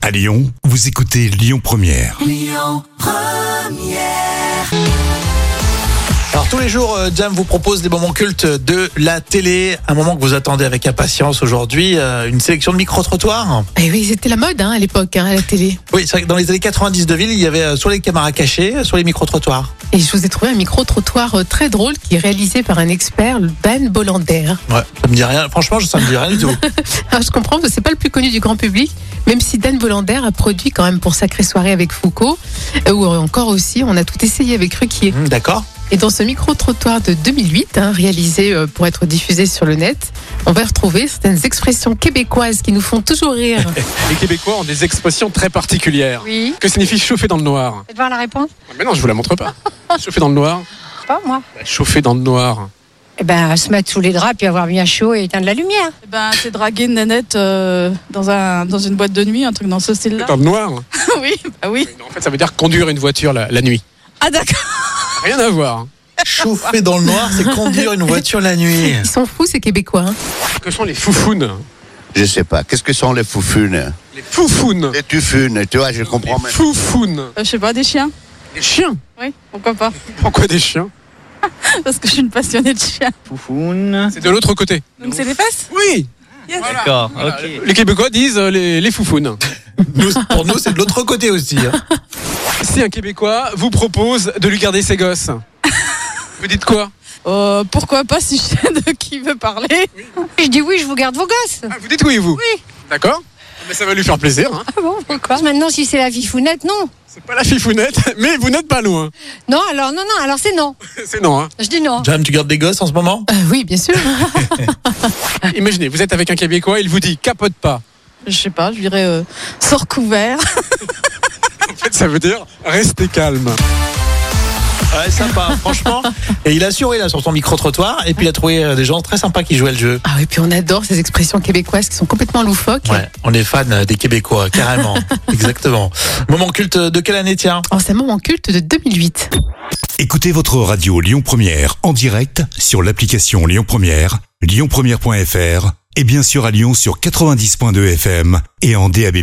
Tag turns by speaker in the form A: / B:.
A: À Lyon, vous écoutez Lyon Première.
B: Alors tous les jours, euh, Jam vous propose des moments cultes de la télé, un moment que vous attendez avec impatience aujourd'hui, euh, une sélection de micro-trottoirs.
C: Et oui, c'était la mode hein, à l'époque, hein, à la télé.
B: Oui, c'est vrai que dans les années 90 de ville, il y avait euh, soit les caméras cachées, euh, soit les micro-trottoirs.
C: Et je vous ai trouvé un micro-trottoir euh, très drôle qui est réalisé par un expert, le Dan Bolander.
B: Ouais, ça me dit rien, franchement, ça me dit rien du tout.
C: Alors je comprends, parce que c'est pas le plus connu du grand public, même si Dan Bolander a produit quand même pour Sacrée Soirée avec Foucault, euh, ou encore aussi, on a tout essayé avec Ruquier.
B: Hum, D'accord
C: Et dans ce micro-trottoir de 2008, hein, réalisé euh, pour être diffusé sur le net, on va retrouver certaines expressions québécoises qui nous font toujours rire.
D: Les Québécois ont des expressions très particulières.
E: Oui.
D: Que signifie chauffer dans le noir
E: Faites voir la réponse
D: Mais non, je vous la montre pas. chauffer dans le noir
E: Je sais pas, moi.
D: Bah, Chauffer dans le noir.
E: Eh ben, se mettre sous les draps, puis avoir bien chaud et éteindre la lumière.
F: Eh Ben, c'est draguer une nanette euh, dans, un, dans une boîte de nuit, un truc dans ce style-là.
D: Dans le noir
F: oui, bah oui.
D: Mais non, En fait, ça veut dire conduire une voiture la, la nuit.
F: Ah d'accord.
D: Rien à voir.
B: Chauffer dans le noir, c'est conduire une voiture la nuit.
C: Ils sont fous ces Québécois. hein.
D: Que sont les foufounes
G: Je sais pas. Qu'est-ce que sont les foufounes
D: Les foufounes
G: Les tufunes, tu vois, je
D: Les
G: comprends même.
D: foufounes
F: Euh, je sais pas, des chiens
D: Des chiens
F: Oui, pourquoi pas
D: Pourquoi des chiens
F: Parce que je suis une passionnée de chiens.
D: C'est de l'autre côté.
F: Donc c'est des fesses
D: Oui
F: Yes.
D: D'accord, Les Québécois disent euh, les, les foufounes.
B: Nous, pour nous, c'est de l'autre côté aussi. hein.
D: Si un Québécois vous propose de lui garder ses gosses, vous dites quoi
F: Euh, pourquoi pas si je sais de qui veut parler
E: Je dis oui, je vous garde vos gosses.
D: Ah, Vous dites oui, vous Oui D'accord Ah, Mais ça va lui faire plaisir. hein.
E: Ah bon, pourquoi Maintenant, si c'est la vie founette, non.
D: C'est pas la fifounette, mais vous n'êtes pas loin.
E: Non, alors, non, non, alors c'est non.
D: C'est non, hein.
E: Je dis non.
B: Jam, tu gardes des gosses en ce moment
C: Euh, oui, bien sûr.
D: Imaginez, vous êtes avec un Québécois, il vous dit capote pas.
F: Je sais pas, je dirais euh, sors couvert.
D: En fait, ça veut dire restez calme.
B: Ouais, sympa, franchement. Et il a assuré là sur son micro-trottoir, et puis il a trouvé euh, des gens très sympas qui jouaient le jeu.
C: Ah oui, puis on adore ces expressions québécoises qui sont complètement loufoques.
B: Ouais, on est fan euh, des Québécois, carrément. Exactement. Moment culte de quelle année, tiens
C: Alors, c'est un moment culte de 2008.
A: Écoutez votre radio Lyon Première en direct sur l'application Lyon Première, lyonpremière.fr et bien sûr à Lyon sur 90.2 FM et en DAB+.